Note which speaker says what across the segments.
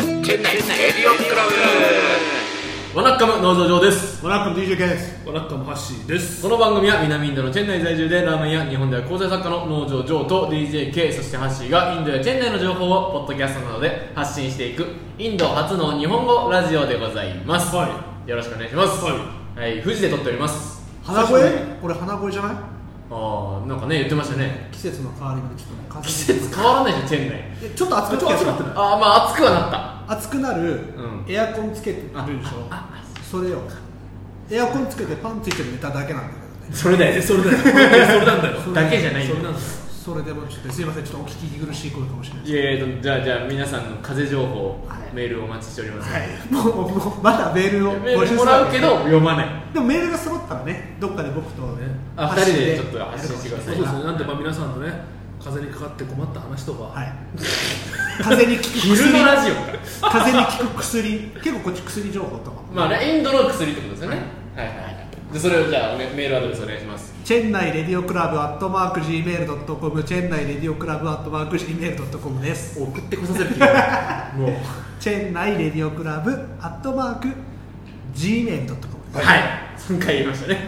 Speaker 1: エリオンクラ
Speaker 2: ワナッカム農場上です
Speaker 3: ワナッカム DJK です
Speaker 4: ワナッカムハッシーです
Speaker 2: この番組は南インドのチェンナイ在住でラーメンや日本では構成作家の農場上と DJK そしてハッシーがインドやチェンナイの情報をポッドキャストなどで発信していくインド初の日本語ラジオでございます、
Speaker 4: は
Speaker 2: よろしくお願いしますはい、富士で撮っております
Speaker 3: 鼻声俺鼻声じゃない
Speaker 2: ああなんかね言ってましたね
Speaker 3: 季節の変わり目でちょっとね風
Speaker 2: 季
Speaker 3: 邪
Speaker 2: 節変わらないじゃんチェンナイ
Speaker 3: いやちょっと暑くなってきた
Speaker 2: ああまあ暑くはなった
Speaker 3: 暑くなる、
Speaker 2: ん
Speaker 3: エアコンつけて
Speaker 4: るでしょ
Speaker 3: それよエアコンつけてパンついてるネタだけなんだけどね
Speaker 2: それだよ
Speaker 4: えそれ だよそれなんだよ
Speaker 2: だけじゃないん
Speaker 4: そ
Speaker 2: だ
Speaker 4: れな
Speaker 2: よ
Speaker 4: んだよ
Speaker 3: それでもちょっとすいませんちょっとお聞き苦しい声かもしれない
Speaker 2: いやいやじゃあじゃあ皆さんの風邪情報、
Speaker 3: はい
Speaker 2: メールお待ちしております、
Speaker 3: はいもうもうもうまたメールを
Speaker 2: メールもらうけど読まない
Speaker 3: でもメールが揃ったらねどっかで僕とね
Speaker 2: あ
Speaker 3: 走
Speaker 2: 二人でちょっと発信してくださ
Speaker 4: そ
Speaker 2: いう
Speaker 4: ですねなんでまあ皆さんのね風邪にかかって困った話とか、
Speaker 3: はい風邪に効く
Speaker 2: 昼
Speaker 3: 薬
Speaker 2: のラジオか
Speaker 3: 風邪に効く薬結構こっち薬情報とかも
Speaker 2: まあねインドの薬ってことですよねはいはいはいでそれをじゃあおねメールアドレスお願いします
Speaker 3: チェンナイレディオクラブアットマーク Gmail.com チェンナイレディオクラブアットマーク Gmail.com です
Speaker 2: 送ってこさせる気 がもう
Speaker 3: チェンナイレディオクラブアットマーク Gmail.com です
Speaker 2: はい3回言いましたね、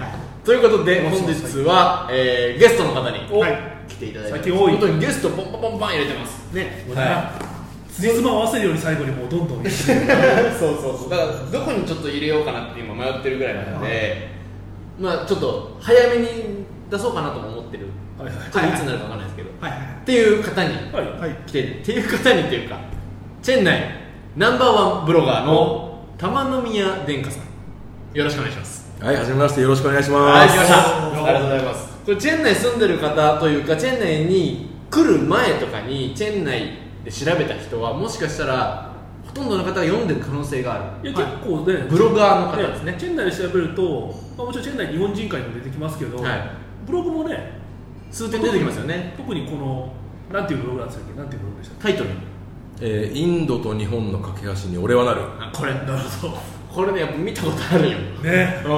Speaker 2: ということで本日は、えーゲストの方に
Speaker 4: はい
Speaker 2: 来ていただいてます
Speaker 4: 最近多い
Speaker 2: 本当にゲストポンポンポンポン入れてます
Speaker 3: ね
Speaker 4: もうね辻褄合わせるように最後にもうどんどん
Speaker 2: そうそうそうだからどこにちょっと入れようかなって今迷ってるぐらいなので、まあちょっと早めに出そうかなとも思ってる、
Speaker 4: はいはい
Speaker 2: ちょっといつになるかわかんないですけど、
Speaker 3: はいはい
Speaker 2: っていう方に
Speaker 4: はい
Speaker 3: はい
Speaker 2: 来てるっていう方にっていうかチェン内ナンバーワンブロガーの玉宮殿下さんよろしくお願いします
Speaker 1: ブはいはじめましてよろしくお願いし
Speaker 2: は
Speaker 1: ま
Speaker 2: い
Speaker 1: す
Speaker 2: 来ましたあ
Speaker 4: お
Speaker 2: り
Speaker 4: ー
Speaker 2: がとうございますこれチェン内住んでる方というかチェン内に来る前とかにチェン内で調べた人はもしかしたらほとんどの方が読んでる可能性がある
Speaker 4: いや結構ね、
Speaker 2: ブロガーの方ですね
Speaker 4: チェンナイで調べると、まあ、もちろんチェンナイ日本人会も出てきますけど、
Speaker 2: はい
Speaker 4: ブログもね
Speaker 2: 数点出てきますよね
Speaker 4: 特にこのなんていうブログなんですかなんていうブログでしたっ
Speaker 2: タイトル
Speaker 1: えーインドと日本の架け橋に俺はなる
Speaker 2: あこれなるほどこれねやっぱ見たことあるよ
Speaker 4: けね
Speaker 2: う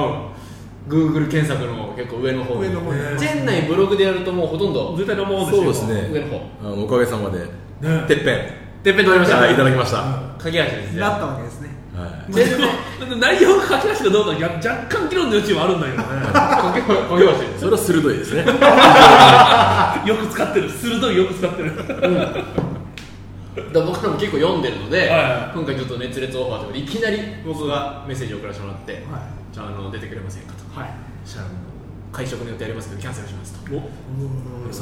Speaker 2: ん Google 検索の結構上の方
Speaker 3: 上の方ね
Speaker 2: チェン内ブログでやるともうほとんど
Speaker 4: 絶対のもの
Speaker 1: そうで
Speaker 4: ですすよ
Speaker 1: ね
Speaker 2: 上の方
Speaker 1: あのおかげさまで
Speaker 4: ね
Speaker 1: てっぺん
Speaker 2: てっぺん取りま
Speaker 1: い
Speaker 2: した
Speaker 1: ただきま
Speaker 2: し
Speaker 1: した、
Speaker 2: た鍵足です
Speaker 3: なっ
Speaker 2: よ
Speaker 3: たわけですね
Speaker 1: はい
Speaker 2: チェン内
Speaker 4: だって内容が書き出しかどうか逆若干議論の余地はあるんだけど
Speaker 2: 鍵鍵足です
Speaker 1: それは鋭いですね
Speaker 4: ねよく使ってる鋭いよく使ってる
Speaker 2: だから僕らも結構読んでるので、
Speaker 4: はい
Speaker 2: 今回ちょっと熱烈オファーということでいきなり僕がメッセージを送らせてもらって、じゃああの出てくれませんかと
Speaker 3: はい
Speaker 2: そしたらもう会食の予定ありますけどキャンセルしますと
Speaker 4: お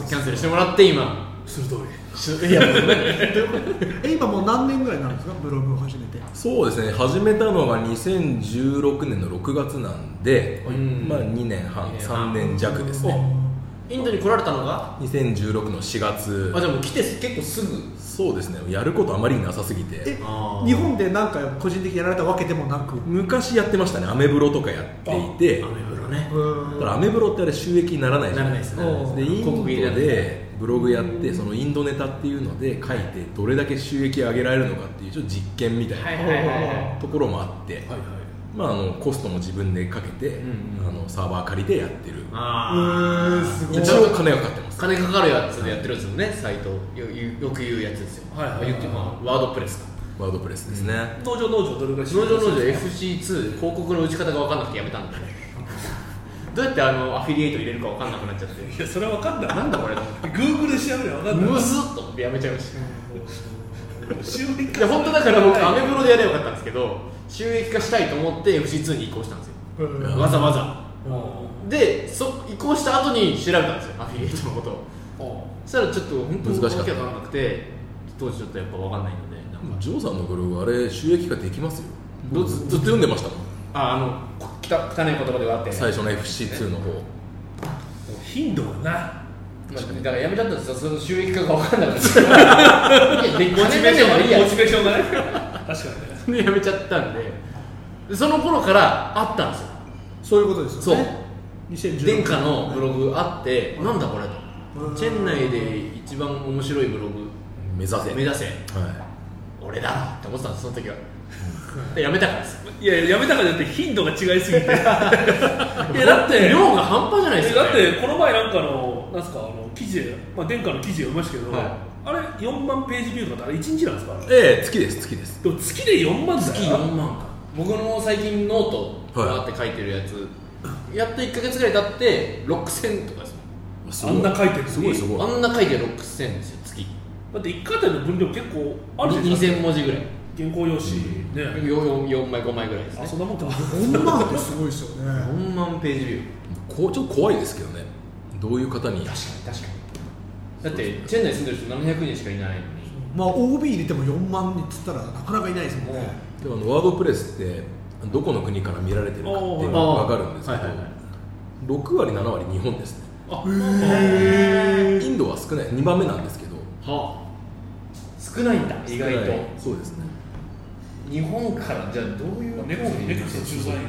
Speaker 2: キャンセルしてもらって今
Speaker 4: 鋭い
Speaker 2: しいやもう 何どういうこと
Speaker 3: え今もう何年ぐらいなんですかブログを始めて
Speaker 1: そうですね始めたのが2016年の6月なんで、
Speaker 2: うん
Speaker 1: まあ2年半
Speaker 2: 二年半
Speaker 1: 3年弱ですね
Speaker 2: インドに来られたのが
Speaker 1: 2016の4月
Speaker 2: あじゃあもう来て結構すぐ
Speaker 1: そうですねやることあまりなさすぎて
Speaker 3: え
Speaker 2: あー
Speaker 3: 日本でなんか個人的にやられたわけでもなくう
Speaker 1: 昔やってましたねアメブロとかやっていて
Speaker 2: アメブロね
Speaker 1: ただ
Speaker 3: ー
Speaker 1: ア
Speaker 3: ん
Speaker 1: メブロってあれ収益にならないじ
Speaker 2: な
Speaker 1: ゃ
Speaker 2: ら
Speaker 1: な
Speaker 2: ないいで
Speaker 1: で
Speaker 2: すす
Speaker 1: か
Speaker 2: ね
Speaker 3: おー
Speaker 1: でイン
Speaker 2: 広
Speaker 1: ド
Speaker 2: 告入れられない
Speaker 1: でブログやってそのインドネタっていうので書いてどれだけ収益上げられるのかっていうちょっと実験みた
Speaker 2: はい
Speaker 1: い
Speaker 2: はいはいは
Speaker 1: なところもあって、
Speaker 2: い
Speaker 1: まあ、あのコストも自分でかけて、
Speaker 2: うんうん
Speaker 1: あのサーバー借りてやってる
Speaker 2: あ
Speaker 3: うーんすごい
Speaker 1: 一応金がかかってます
Speaker 2: 金かかるやつでやってるんですよねサイトよよよく言うやつですよ
Speaker 4: はいはいはい
Speaker 2: 言ってまあワードプレスか
Speaker 1: ワードプレスですね、
Speaker 4: 農場農場どれぐらい
Speaker 2: 農場農場 FC2 広告の打ち方が分かんなくてやめたんだよねどうやってあのアフィリエイト入れるか分かんなくなっちゃって
Speaker 4: いやそれは分かんない
Speaker 2: なんだこれと
Speaker 4: Google で調べりゃ分かんない
Speaker 2: 思ってむずっと思ってやめちゃいました
Speaker 4: 収益化
Speaker 2: いや本当だから僕アメ
Speaker 4: ブ
Speaker 2: ブロでやればよかったんですけど収益化したいと思って FC2 に移行したんですよ
Speaker 3: うん
Speaker 1: うん
Speaker 2: わざわざでそ移行した後に調べたんですよアフィリエイトのことをそしたらちょっと本当に
Speaker 1: 難しか
Speaker 2: わ
Speaker 1: っ
Speaker 2: け
Speaker 1: た
Speaker 2: わからなくて当時ちょっとやっぱ分かんないのでなんか
Speaker 1: ジョーさんのブログあれ収益化できますよ
Speaker 2: どう
Speaker 1: ずずっと読んでましたもん
Speaker 2: ああのこ汚汚い言葉ではあって
Speaker 1: 最初の FC2 の方
Speaker 4: 頻度がな
Speaker 2: まあ、だからやめちゃったんですよその収益化が分かんなくなっていや で金出せばいいや
Speaker 4: モチベーションがね確かにね
Speaker 2: でやめちゃったんででその頃からあったんですよ
Speaker 3: そういうことですよね2016
Speaker 2: 殿下のブログあって、なんだこれ
Speaker 3: う
Speaker 2: と
Speaker 3: ん
Speaker 2: チェン内で一番面白いブログ
Speaker 1: 目指せ
Speaker 2: 目指せ
Speaker 1: は
Speaker 2: 俺だって思ってたんですその時はでやめたからです
Speaker 4: いやいややめたからだって頻度が違いす ぎていやだって
Speaker 2: 量が半端じゃないです
Speaker 4: だ
Speaker 2: よ、
Speaker 4: っ
Speaker 2: ね、
Speaker 4: てこの前なんかのなんすかあの記事で、まあ、殿下の記事読みましたけど、
Speaker 2: はい
Speaker 4: あれ4万ページビューとかってあれ1日なんですかあれ
Speaker 1: ええ月です月です
Speaker 4: でも月で4万だよ
Speaker 2: 月4万か僕の最近ノートバーって書いてるやつ、やっと1か月ぐらい経って6000とかです
Speaker 1: す
Speaker 4: あんな書いてるのに
Speaker 1: すごいす
Speaker 2: も
Speaker 1: ごい
Speaker 2: んあんな書いて6000ですよ月
Speaker 4: だって1回あたりの分量結構あるじゃないですか
Speaker 2: 2000文字ぐらい
Speaker 4: 原稿用紙ね
Speaker 2: 4, 4枚5枚ぐらいです
Speaker 4: あ
Speaker 2: ね
Speaker 4: そんなもんか
Speaker 3: 4万ってすごいですよね
Speaker 2: 4万ページビュー
Speaker 1: こうちょっと怖いですけどねどういう方に
Speaker 2: 確かにだってチェンナイ住んでる人700人しかいないのに
Speaker 3: まあ OB 入れても4万人っつったらなかなかいないですもんね
Speaker 1: でもあのワードプレスってどこの国から見られてるかっていうのが分かるんですけど、
Speaker 2: あーはいはいはい
Speaker 1: 6割7割日本ですね
Speaker 4: あ
Speaker 1: インドは少ない2番目なんですけど
Speaker 2: はあ少ないんだ意外と
Speaker 1: 少ないそうですね
Speaker 2: 日本からじゃあどういう
Speaker 4: ネクストネクスト駐在員が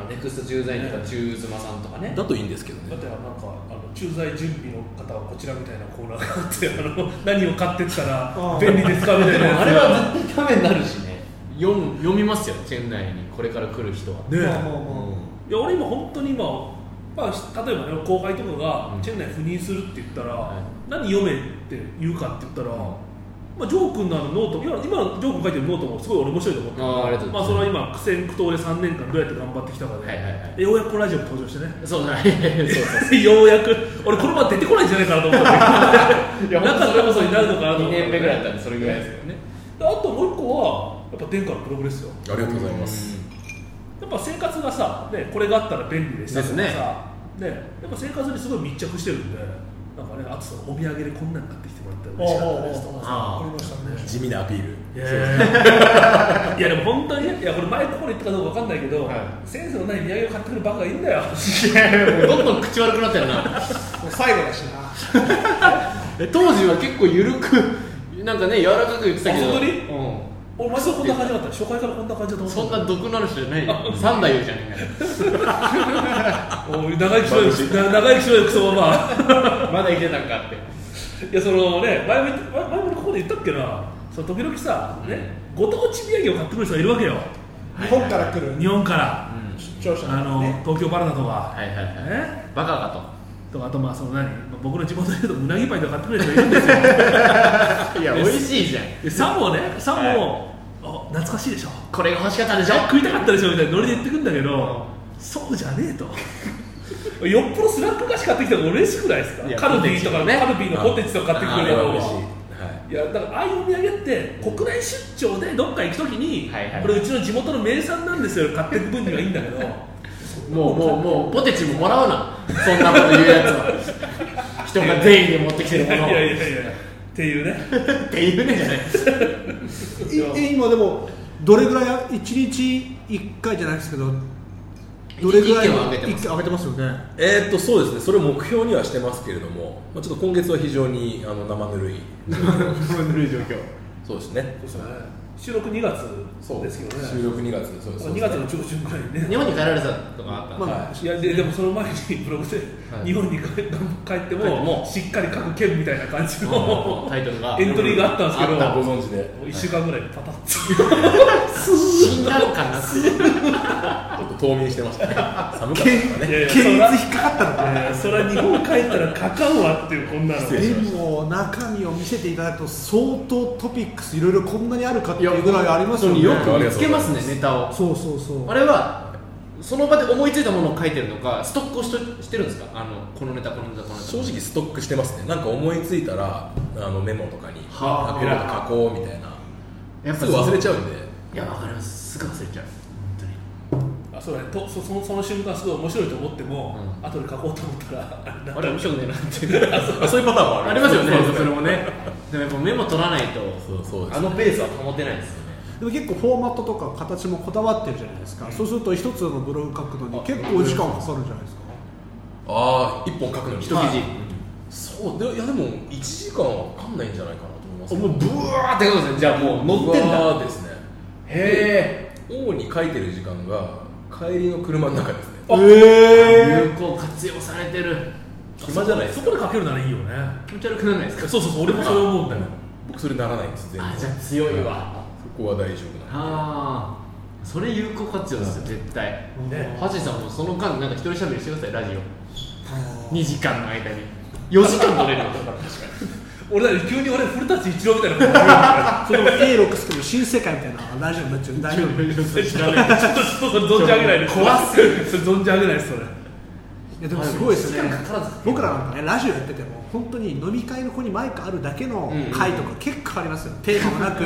Speaker 2: あネクスト駐在員とか中妻さんとかね
Speaker 1: だといいんですけど
Speaker 4: だっ
Speaker 1: ね
Speaker 4: てなんかあの駐在準備の方はこちらみたいなコーナーがあってあの何を買ってったら
Speaker 3: あ
Speaker 4: 便利ですかみた
Speaker 2: で
Speaker 4: いなや
Speaker 2: も
Speaker 4: つ
Speaker 2: あれは絶対ためになるしね読む読みますよチェンナイにこれから来る人は
Speaker 4: ね
Speaker 3: まあまあま
Speaker 4: いや俺今本当に今、まあし、例えばね後輩とかが
Speaker 2: うん
Speaker 4: チェンナイ赴任するって言ったら、
Speaker 2: はい
Speaker 4: 何読めって言うかって言ったら、まあ、ジョー君のあのノート今の今のジョー君書いてるノートもすごい俺面白いと思って
Speaker 2: ああありがとう
Speaker 4: ま
Speaker 2: ご
Speaker 4: あ、そ
Speaker 2: ざい
Speaker 4: れ
Speaker 2: ま
Speaker 4: は今苦戦苦闘で3年間どうやって頑張ってきたかで、
Speaker 2: はいはいはい
Speaker 4: でようやくこのラジオも登場してね
Speaker 2: すそう だねそうそう
Speaker 4: ようやく俺このまま出てこないんじゃないかなと思ったんだ けどなかったことになるのかなと思って
Speaker 2: 2年目ぐらいだったんでそれぐらいですよね
Speaker 4: であともう一個はやっぱ天下のプログレスよ
Speaker 1: ありがとうございます
Speaker 4: やっぱ生活がさ、ね、これがあったら便利でしたとかさ、ね
Speaker 2: ですね
Speaker 4: やっぱ生活にすごい密着してるんで、なんかね、あとさ、お土産でこんなん買ってきてもらったら
Speaker 3: あ
Speaker 4: 嬉しかったですとか。
Speaker 3: ああありましたね
Speaker 1: 地味なアピール
Speaker 4: いやい やでも本当にねいやこれ前ここで言ったかどうかわかんないけど、
Speaker 2: は
Speaker 4: センスのない土産を買ってくるバカがいいんだよ
Speaker 2: どんどん口悪くなったよ な
Speaker 3: もう最後だしな
Speaker 2: え当時は結構緩くなんかね柔らかく言ってたけど
Speaker 4: あ本当に
Speaker 2: うん
Speaker 4: お前そうこんな感じだった初回からこんな感じだと思
Speaker 2: そん
Speaker 4: った
Speaker 2: な毒のある人じゃないよ三代言うじゃね
Speaker 4: おい長生きしろよな長生きしろよクソママ
Speaker 2: えかよ まだ生きてたんかって
Speaker 4: いやそのね前も言った前前もここで言ったっけなその時々さ、ねご当地土産を買ってくる人がいるわけよ
Speaker 3: 日本から来る
Speaker 4: 日本から、
Speaker 3: 出張者
Speaker 4: あの東京バナナとか、
Speaker 2: はいはいはい
Speaker 4: ね、
Speaker 2: バカか
Speaker 4: とかあとまあその何まあ僕の地元でいうとうなぎパイとか買ってくれる人いるんですよ
Speaker 2: といや美味しいじゃん
Speaker 4: でさもねさも、あ懐かしいでしょ
Speaker 2: これが欲しかったでしょ
Speaker 4: 食いたかったでしょみたいなノリで言ってくんだけど、そうじゃねえと よっぽどスラック菓子買ってきた方が嬉しくないですか
Speaker 2: いや
Speaker 4: カルビーとか
Speaker 2: ポテチとかね
Speaker 4: ねカルビーのポテチとか買ってく
Speaker 2: あ
Speaker 4: れ
Speaker 2: れ
Speaker 4: る
Speaker 2: は
Speaker 4: 方
Speaker 2: 美
Speaker 4: が
Speaker 2: 味しい
Speaker 4: いやだからああいうお土産って国内出張でどっか行くときに、
Speaker 2: はいはい
Speaker 4: これうちの地元の名産なんですよ買ってく分にはいいんだけど
Speaker 2: もうもうもうポテチももらうなそんなこと言うやつは人が善意で持ってきてる
Speaker 4: い
Speaker 2: もの
Speaker 4: や
Speaker 2: を
Speaker 4: いやいやいやっていうね
Speaker 2: っていうねじゃない
Speaker 3: いえ今でもどれぐらい1日1回じゃないですけどどれぐら
Speaker 2: 一
Speaker 3: い
Speaker 2: 軒は上げてます
Speaker 3: 一軒上げてますよね
Speaker 1: えーっとそうですねそれを目標にはしてますけれども、まあ、ちょっと今月は非常にあの生ぬるい
Speaker 2: ぬるい状況
Speaker 1: そうですね
Speaker 4: 収録2月ですけどね
Speaker 1: 収録2月そうです
Speaker 4: 2月の中旬ぐらいにね
Speaker 2: 日本に帰られたとかあったの、
Speaker 3: ま
Speaker 4: いやででもその前にブログで
Speaker 2: はい
Speaker 4: 日本に帰帰って
Speaker 2: 帰って
Speaker 4: も
Speaker 2: も
Speaker 4: しっかり各県みたいな感じ
Speaker 2: うん
Speaker 4: の
Speaker 2: タイトルが
Speaker 4: エントリーがあったんですけど
Speaker 1: あったご存知で
Speaker 4: 1週間ぐらいパタッと
Speaker 2: 死んだのかなって
Speaker 1: ちょっと冬眠してまし たね寒かったからね
Speaker 4: いやいや
Speaker 3: 検閲
Speaker 4: そ
Speaker 3: 引っかかったの
Speaker 4: ら
Speaker 3: か
Speaker 4: いやそれは日本帰ったらかかんわっていうこんなの
Speaker 1: 失礼
Speaker 3: でも中身を見せていただくと相当トピックスいろいろこんなにあるかっていうぐらいありますよね
Speaker 2: 本当によく見つけますねネタを
Speaker 3: そうそうそう
Speaker 2: あれはその場で思いついたものを書いてるのかストックをしとしてるんですかあのこのネタこのネタこのネタ
Speaker 1: 正直ストックしてますねなんか思いついたらあのメモとかに
Speaker 2: はあ
Speaker 1: ペラッと書こうみたいな
Speaker 2: やっ
Speaker 1: す
Speaker 2: ぱ
Speaker 1: ぐ忘れち
Speaker 2: ゃ
Speaker 1: ゃうんで
Speaker 2: ういやわかりますすぐ忘れちゃう本当に
Speaker 4: あそうだねとそそのその瞬間すごい面白いと思っても
Speaker 2: う
Speaker 4: 後で書こうと思ったら
Speaker 2: あれ面白くねえなっていう
Speaker 1: あそういうパターンもある
Speaker 2: ありますよね
Speaker 1: そうそう
Speaker 2: それもねでもやっぱメモ取らないと
Speaker 1: そうそうです
Speaker 2: あのペースは保てないですよね
Speaker 3: でも結構フォーマットとか形もこだわってるじゃないですかそうすると一つのブログ書くのに結構時間かかるじゃないですか
Speaker 1: ああ一本書くのに
Speaker 2: 一記
Speaker 1: はい
Speaker 2: 事
Speaker 1: そうでいやでも1時間はかかんないんじゃないかなと思います
Speaker 2: おもうブワーってことですねじゃあもう乗ってん
Speaker 1: うわ
Speaker 2: だ
Speaker 1: ーですね
Speaker 2: へ
Speaker 1: 主に書いてる時間が帰りの車の中ですね
Speaker 3: ええ
Speaker 2: え有効活用されてる
Speaker 1: 暇じゃないです
Speaker 4: そこで書けるならいいよね
Speaker 2: 気持ち悪くならないですか
Speaker 4: そうそうそう俺もそれ思うんだよ
Speaker 1: 僕それならないんです全然
Speaker 2: あじゃあ強いわ
Speaker 1: そこは大丈夫な
Speaker 2: ああそれ有効活用ですよ絶対
Speaker 4: ね
Speaker 2: ハジさんもその間なんか一人喋りしてくださいラジオ2時間の間に4時間取れるよ
Speaker 4: 俺だって急に俺古舘一郎みたいなこと言うから
Speaker 3: それも A6 とも新世界みたいなラジオになっちゃう大丈夫い
Speaker 4: 知らないちょっとちょっとそれ存じ上げないです
Speaker 2: 怖
Speaker 4: すぎるそれ存じ上げないですそれ
Speaker 3: やでもすごいですよね
Speaker 2: 時間かからず
Speaker 3: 僕らなんかねラジオやってても本当に飲み会の子にマイクあるだけの回とか結構ありますよ、テーマもなく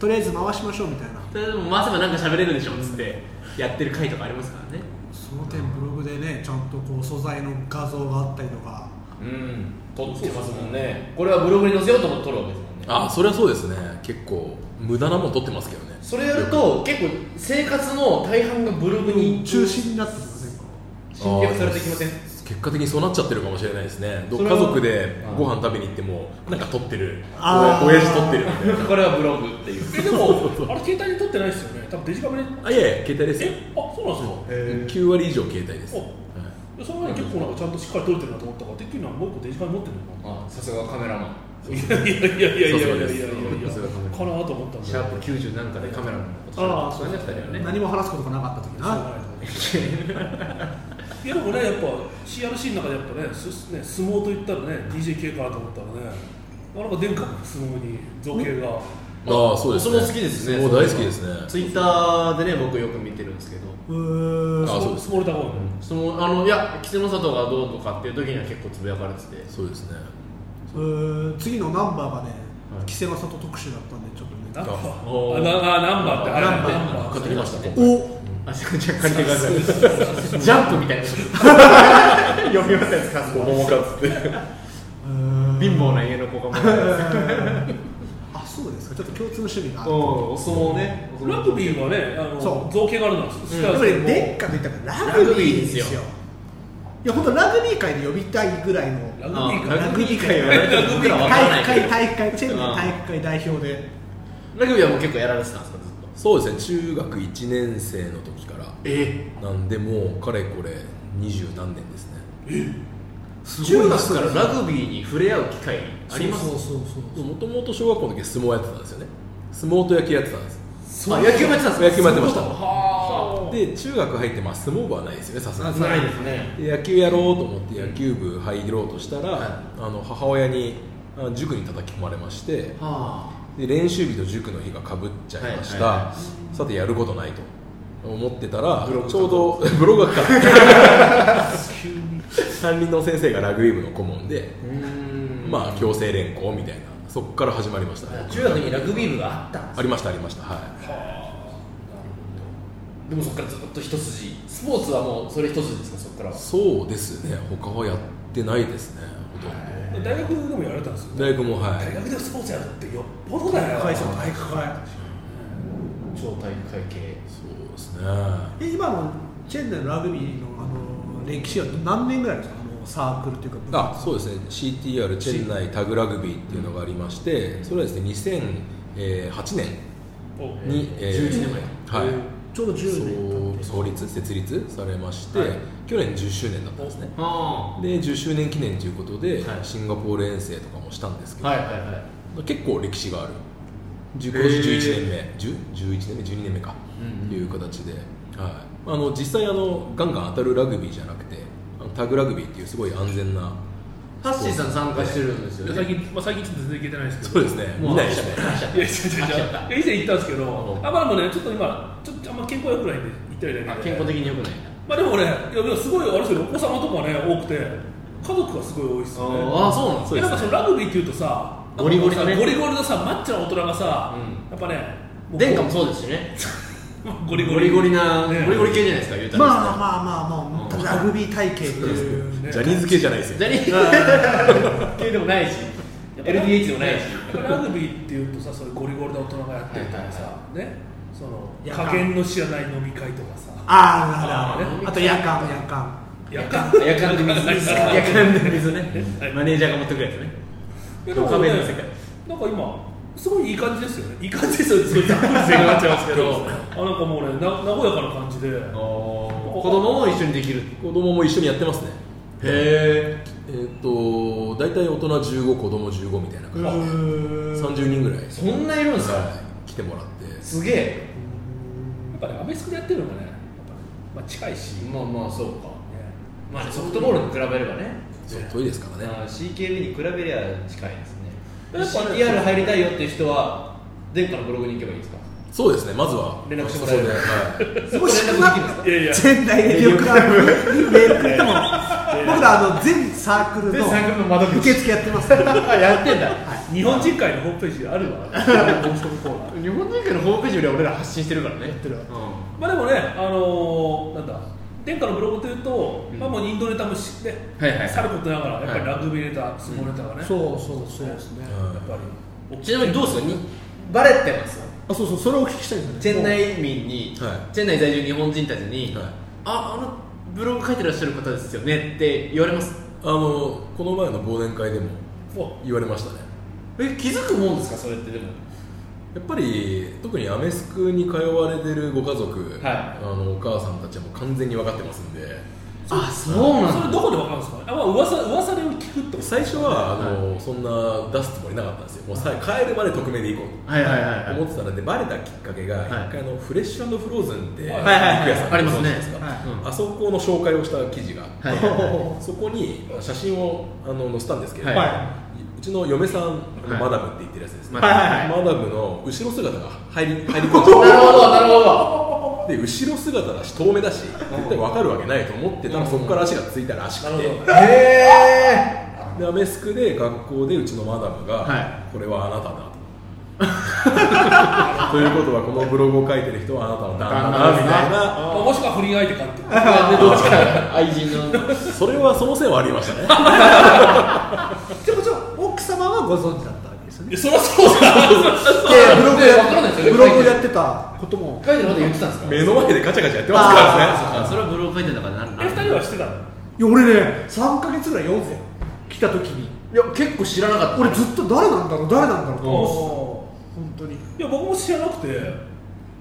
Speaker 3: とりあえず回しましょうみたいな
Speaker 2: それでも回せばなんか喋れるでしょっつってやってる回とかありますからね
Speaker 3: その点ブログでねちゃんとこう素材の画像があったりとか
Speaker 2: うん撮ってますもんねこれはブログに載せようと思って撮るわけですもんね
Speaker 1: あそれはそうですね結構無駄なもん取ってますけどね
Speaker 2: それやると結構生活の大半がブログに
Speaker 3: 中心になってきませんか
Speaker 2: 侵略されてきません
Speaker 1: あー結果的にそうなっちゃってるかもしれないですねど
Speaker 2: そ
Speaker 1: 家
Speaker 2: れは
Speaker 1: 族でご飯食べに行ってもなんか撮ってる
Speaker 3: あー
Speaker 1: おや親父撮ってるみたいな
Speaker 2: これはブログっていう
Speaker 4: えでもあれ携帯に撮ってないですよね多分デジカメで
Speaker 1: あいやいや携帯ですよ
Speaker 4: えあそうなんですか
Speaker 1: 9割以上携帯です、
Speaker 4: お
Speaker 1: はい
Speaker 4: でその前に結構なんかちゃんとしっかり撮れてるなと思ったからてっきりなんかもう一個デジカメ持ってるのかな
Speaker 2: あさすがカメラマ
Speaker 4: いや
Speaker 2: ン
Speaker 4: いやいやいやいやいやいやいやいや
Speaker 1: さすがです
Speaker 4: かなと思ったん
Speaker 2: シ
Speaker 4: で
Speaker 2: ャープ90なんかでカメラマンのこと
Speaker 3: ああ
Speaker 2: そうね2人はね
Speaker 3: 何も話すことがなかった時な、
Speaker 4: いやでもねやっぱ CRC の中でやっぱねすね相撲といったらね DJK かなと思ったらねなんか殿下の相撲に造形が
Speaker 1: ああそうですね
Speaker 2: お相撲好きですね
Speaker 1: もう大好きですね
Speaker 2: ツイッターでね僕よく見てるんですけど
Speaker 3: うーん
Speaker 1: あそうです
Speaker 4: 相撲タゴ
Speaker 2: そのあのいや稀勢の里がどうとかっていう時には結構つぶやかれてて
Speaker 1: そうですね
Speaker 3: うーん次のナンバーがね
Speaker 2: はい
Speaker 3: 稀勢の里特集だったんでちょっとね
Speaker 4: ナンバ
Speaker 2: おー
Speaker 4: ーあなあナンバーってあれ
Speaker 2: ナンバー
Speaker 4: ナンバー
Speaker 2: 買ってきましたね
Speaker 3: お
Speaker 2: あじゃあじゃあ借りてください ジャンプみたいな読み終わったやつ買って
Speaker 1: 桃かっつって
Speaker 2: 貧乏な家の子がもらえ
Speaker 3: あそうですかちょっと共通の趣味があ
Speaker 2: た
Speaker 3: る
Speaker 2: お相撲ね
Speaker 4: ラグビーはねあ
Speaker 3: そ
Speaker 4: の
Speaker 3: う
Speaker 4: 造形があるんです
Speaker 2: うん
Speaker 4: 知ら
Speaker 3: やっ
Speaker 4: ず
Speaker 3: ぱ
Speaker 4: に
Speaker 3: り
Speaker 4: も
Speaker 3: デッカといったからラグビーです
Speaker 2: ラグビーで
Speaker 3: よ
Speaker 2: すよ
Speaker 3: いや本当ラグビー界で呼びたいぐらいの
Speaker 4: ラグビーか
Speaker 2: ラグビー界は
Speaker 3: ラ
Speaker 2: 僕らは分から
Speaker 3: 体
Speaker 2: ない
Speaker 3: 育
Speaker 2: け
Speaker 3: 会
Speaker 2: ど
Speaker 3: 体育会チェンの体育会代表で
Speaker 2: ラグビーはもう結構やられてたんですかずっと
Speaker 1: そうですね中学1年生の時から
Speaker 2: え
Speaker 1: なんでもうかれこれ二十何年ですね
Speaker 3: す
Speaker 2: 中学からラグビーに触れ合う機会あります
Speaker 3: そうそうそう
Speaker 1: もともと小学校の時相撲やってたんですよね相撲と野球やってたんです
Speaker 2: あ野球もやってたんですか
Speaker 1: 野球もやってました
Speaker 2: は
Speaker 1: で中学入ってまあ相撲部はないですよねさすがに
Speaker 2: あないですね
Speaker 1: で野球やろうと思って野球部入ろうとしたら、あの母親にあの塾に叩き込まれまして
Speaker 2: は
Speaker 1: で練習日と塾の日がかぶっちゃいました、
Speaker 2: はいはい
Speaker 1: さてやることないと思ってたら
Speaker 2: ブログ
Speaker 1: ちょうど ブログがかかって 担任の先生がラグビー部の顧問で、
Speaker 2: あうーん
Speaker 1: まあ強制連行みたいなそこから始まりましたね
Speaker 2: 中学にラグビー部があったんです
Speaker 1: ありましたありましたはい
Speaker 2: でもそこからずっと一筋スポーツはもうそれ一筋ですかそこからは
Speaker 1: そうですね他はやってないですねほとん
Speaker 4: 大学でもやられたんですよ
Speaker 1: ど大学もはい
Speaker 4: 大学でスポーツやるってよっぽどだよ
Speaker 3: 体育会体育会
Speaker 2: 超体育会系
Speaker 1: そうですね
Speaker 3: え今のチェン内のラグビーのあの歴史は何年ぐらいですかあのサークルというか部
Speaker 1: あそうですね CTR チェンナイタグラグビーっていうのがありましてそれはですね2008年
Speaker 4: お
Speaker 1: に、えー
Speaker 2: 11年前
Speaker 1: はい
Speaker 3: ちょうど10年経
Speaker 1: そう
Speaker 3: って
Speaker 1: 創立設立されまして、
Speaker 2: はい
Speaker 1: 去年10周年だったんですね
Speaker 2: あ
Speaker 1: で10周年記念ということで、
Speaker 2: はい
Speaker 1: シンガポール遠征とかもしたんですけど、
Speaker 2: はいはいはい
Speaker 1: 結構歴史がある
Speaker 2: へ
Speaker 1: 10今
Speaker 2: ー
Speaker 1: 年11年目10 11年目12年目か、
Speaker 2: うんうん
Speaker 1: という形で、はい、あの実際あのガンガン当たるラグビーじゃなくてあのタグラグビーっていうすごい安 全な
Speaker 2: ハッシーさん参加してるんですよ
Speaker 4: 最
Speaker 2: ね
Speaker 4: 近、まあ、最近ちょっと全然行けてないですけど
Speaker 1: そうですね
Speaker 2: も
Speaker 1: 見
Speaker 2: う
Speaker 1: ないですね
Speaker 2: 飽きちゃっ
Speaker 4: いや違
Speaker 2: た飽きちゃった
Speaker 4: う違う違う以前行ったんですけど
Speaker 2: うん
Speaker 4: あまあでもねちょっと今ちょっとあんま健康良くないんで行ってはいない
Speaker 2: あ
Speaker 4: け
Speaker 2: 健
Speaker 4: ど
Speaker 2: 康的に良くないな
Speaker 4: まあでもねいやでもすごいあれですよねお子様とかね多くて家族がすごい多いですよね
Speaker 2: ああそうなんです
Speaker 4: でな
Speaker 2: ね
Speaker 4: んかそのラグビーっていうとさ
Speaker 2: ゴリゴリのね
Speaker 4: ゴリゴリのさマッチョな大人がさ、や
Speaker 2: う
Speaker 4: っぱねもう
Speaker 2: 殿下もそうですしね
Speaker 4: ゴ
Speaker 2: ゴ
Speaker 4: リ
Speaker 2: リ
Speaker 4: ゴリ
Speaker 2: ゴリな
Speaker 4: ね
Speaker 2: ゴリゴリ系じゃないですか言うたら
Speaker 3: まあまあまあまあ、ラグビー体系っていう
Speaker 4: ね
Speaker 1: ジャニーズ系じゃない ですよ
Speaker 2: ジャニーズ系でもないし
Speaker 4: やっぱ
Speaker 2: LDH でもないし
Speaker 4: やっぱラグビーっていうとさそれゴリゴリの大人がやってるとかさ、
Speaker 2: はいは
Speaker 4: ねそ
Speaker 3: い
Speaker 4: の
Speaker 3: や
Speaker 4: 加減の知らない飲み会とかさ
Speaker 3: あーあるあ
Speaker 2: あー
Speaker 3: るあと夜間夜間
Speaker 4: やかん
Speaker 2: 夜間で水ね夜間で水
Speaker 4: はい
Speaker 2: ねマネージャーが持ってくるやつね
Speaker 4: いやでもね
Speaker 2: ドカベンの世界
Speaker 4: なんか今すごいいい感じですよねいい感じですよねすごいざっくり盛り上がっちゃいますけ どあなんかもうねな和やかな感じで
Speaker 2: 子供も一緒にできる
Speaker 1: 子供も一緒にやってますね
Speaker 2: へ
Speaker 1: えーっ、と大体大人15子供15みたいな
Speaker 3: う
Speaker 1: 感じで
Speaker 3: ーん
Speaker 1: 30人ぐらい、
Speaker 2: そんないるんですか
Speaker 1: はい、来てもらって
Speaker 2: すげえ
Speaker 4: やっぱね、アメスクでやってるのがね、やっぱねまあ、近いし、
Speaker 2: まあまあそうか
Speaker 4: ね、
Speaker 2: まあソフトボールに比べればね
Speaker 1: そう遠いですからね
Speaker 2: あー CKB に比べりゃ近いですね
Speaker 1: やっぱね
Speaker 2: CTR 入りたいよっていう人は殿下のブログに行けばいいですか
Speaker 1: そうですねまずは
Speaker 2: 連絡してもらえれば
Speaker 1: そこではい
Speaker 2: そこ連絡できるんですか
Speaker 4: いやいや
Speaker 3: 全体レディオクラブにメールくれても僕らあの全サークル
Speaker 2: 全サークルの窓口
Speaker 3: の受付やってますから
Speaker 2: あやってんだ
Speaker 4: 日本人会のホームページあ るわ申し込みコーナー
Speaker 2: 日本人会のホームページよりは俺ら発信してるからねやって
Speaker 3: る
Speaker 4: まあでもねあのーなんだ殿下のブログというと、まあもうインドネタもしね、
Speaker 2: はいはい
Speaker 4: さることながらやっぱり
Speaker 2: はい
Speaker 4: ラグビーネタ、相撲ネタがね、
Speaker 3: そうそうそうですね
Speaker 1: う
Speaker 4: やっ
Speaker 1: ん
Speaker 4: ぱり
Speaker 2: ちなみにどうですかにバレてます
Speaker 3: あそうそうそれをお聞きしたいんです
Speaker 2: チ
Speaker 3: よ
Speaker 2: ェン
Speaker 3: ね
Speaker 2: ナイ民に、
Speaker 1: はい
Speaker 2: チェンナイ在住日本人たちに、
Speaker 1: はい
Speaker 2: ああのブログ書いてらっしゃる方ですよねって言われます
Speaker 1: あのこの前の忘年会でも
Speaker 4: お
Speaker 1: 言われましたね
Speaker 2: え気づくもんですかそれってでも
Speaker 1: やっぱり特にアメスクに通われてるご家族、
Speaker 2: い
Speaker 1: あのお母さんたちはもう完全に分かってますんで
Speaker 2: あそうなん
Speaker 4: それどこでわかるんですかねあ、まあ、噂噂で聞くってこと
Speaker 1: 最初はあの、そんな出すつもりなかったんですよもうさ帰るまで匿名で行こう
Speaker 2: はいはいはい
Speaker 1: と思ってたらでバレたきっかけが、
Speaker 2: はい
Speaker 1: 一回あのフレッシュフローズンって肉
Speaker 4: はい
Speaker 1: 屋
Speaker 4: はい
Speaker 2: はい
Speaker 1: さん
Speaker 2: ありますね
Speaker 1: ご存知ですか
Speaker 3: はい
Speaker 2: うん
Speaker 1: あそこの紹介をした記事があって、
Speaker 2: はいはいは
Speaker 1: そこに写真をあの載せたんですけど、
Speaker 2: は
Speaker 3: は
Speaker 1: うちの嫁さん、あの
Speaker 2: はい
Speaker 1: マダムって言ってるやつですね、
Speaker 2: はい
Speaker 3: はい
Speaker 1: マダムの後ろ姿が入り入り込 んじゃっ
Speaker 2: なるほどなるほ ど
Speaker 1: てで後ろ姿だし遠目だし絶対分かるわけないと思ってたらそこから足がついたらし
Speaker 4: な
Speaker 1: く
Speaker 4: る
Speaker 1: て
Speaker 4: ほ
Speaker 2: へえ
Speaker 1: でアメスクで学校でうちのマダムが、
Speaker 2: は
Speaker 1: これはあなただと。と いうことはこのブログを書いてる人はあなたの旦那だみたいな
Speaker 4: どまあもしくは不倫相手かっていう
Speaker 2: でどっちか愛人の
Speaker 1: それはその線はありました ね
Speaker 3: いってことは奥様はご存知だったわけですよ
Speaker 4: いや
Speaker 3: ね
Speaker 4: そりゃそうだ
Speaker 3: いやいやブログ
Speaker 2: でわからないですよね
Speaker 3: やブログやってたことも
Speaker 2: 書いてる方言ってたんですか
Speaker 1: 目の前でガチャガチャやってますか
Speaker 2: あ
Speaker 1: らね
Speaker 2: それはブログ書いてたからなる
Speaker 4: え二人はしてたの
Speaker 3: いや俺ね3か月ぐらい読んで来た時に
Speaker 2: いや結構知らなかった
Speaker 3: 俺ずっと誰なんだろう誰なんだろうと思ってた本当に
Speaker 4: いや僕も知らなくて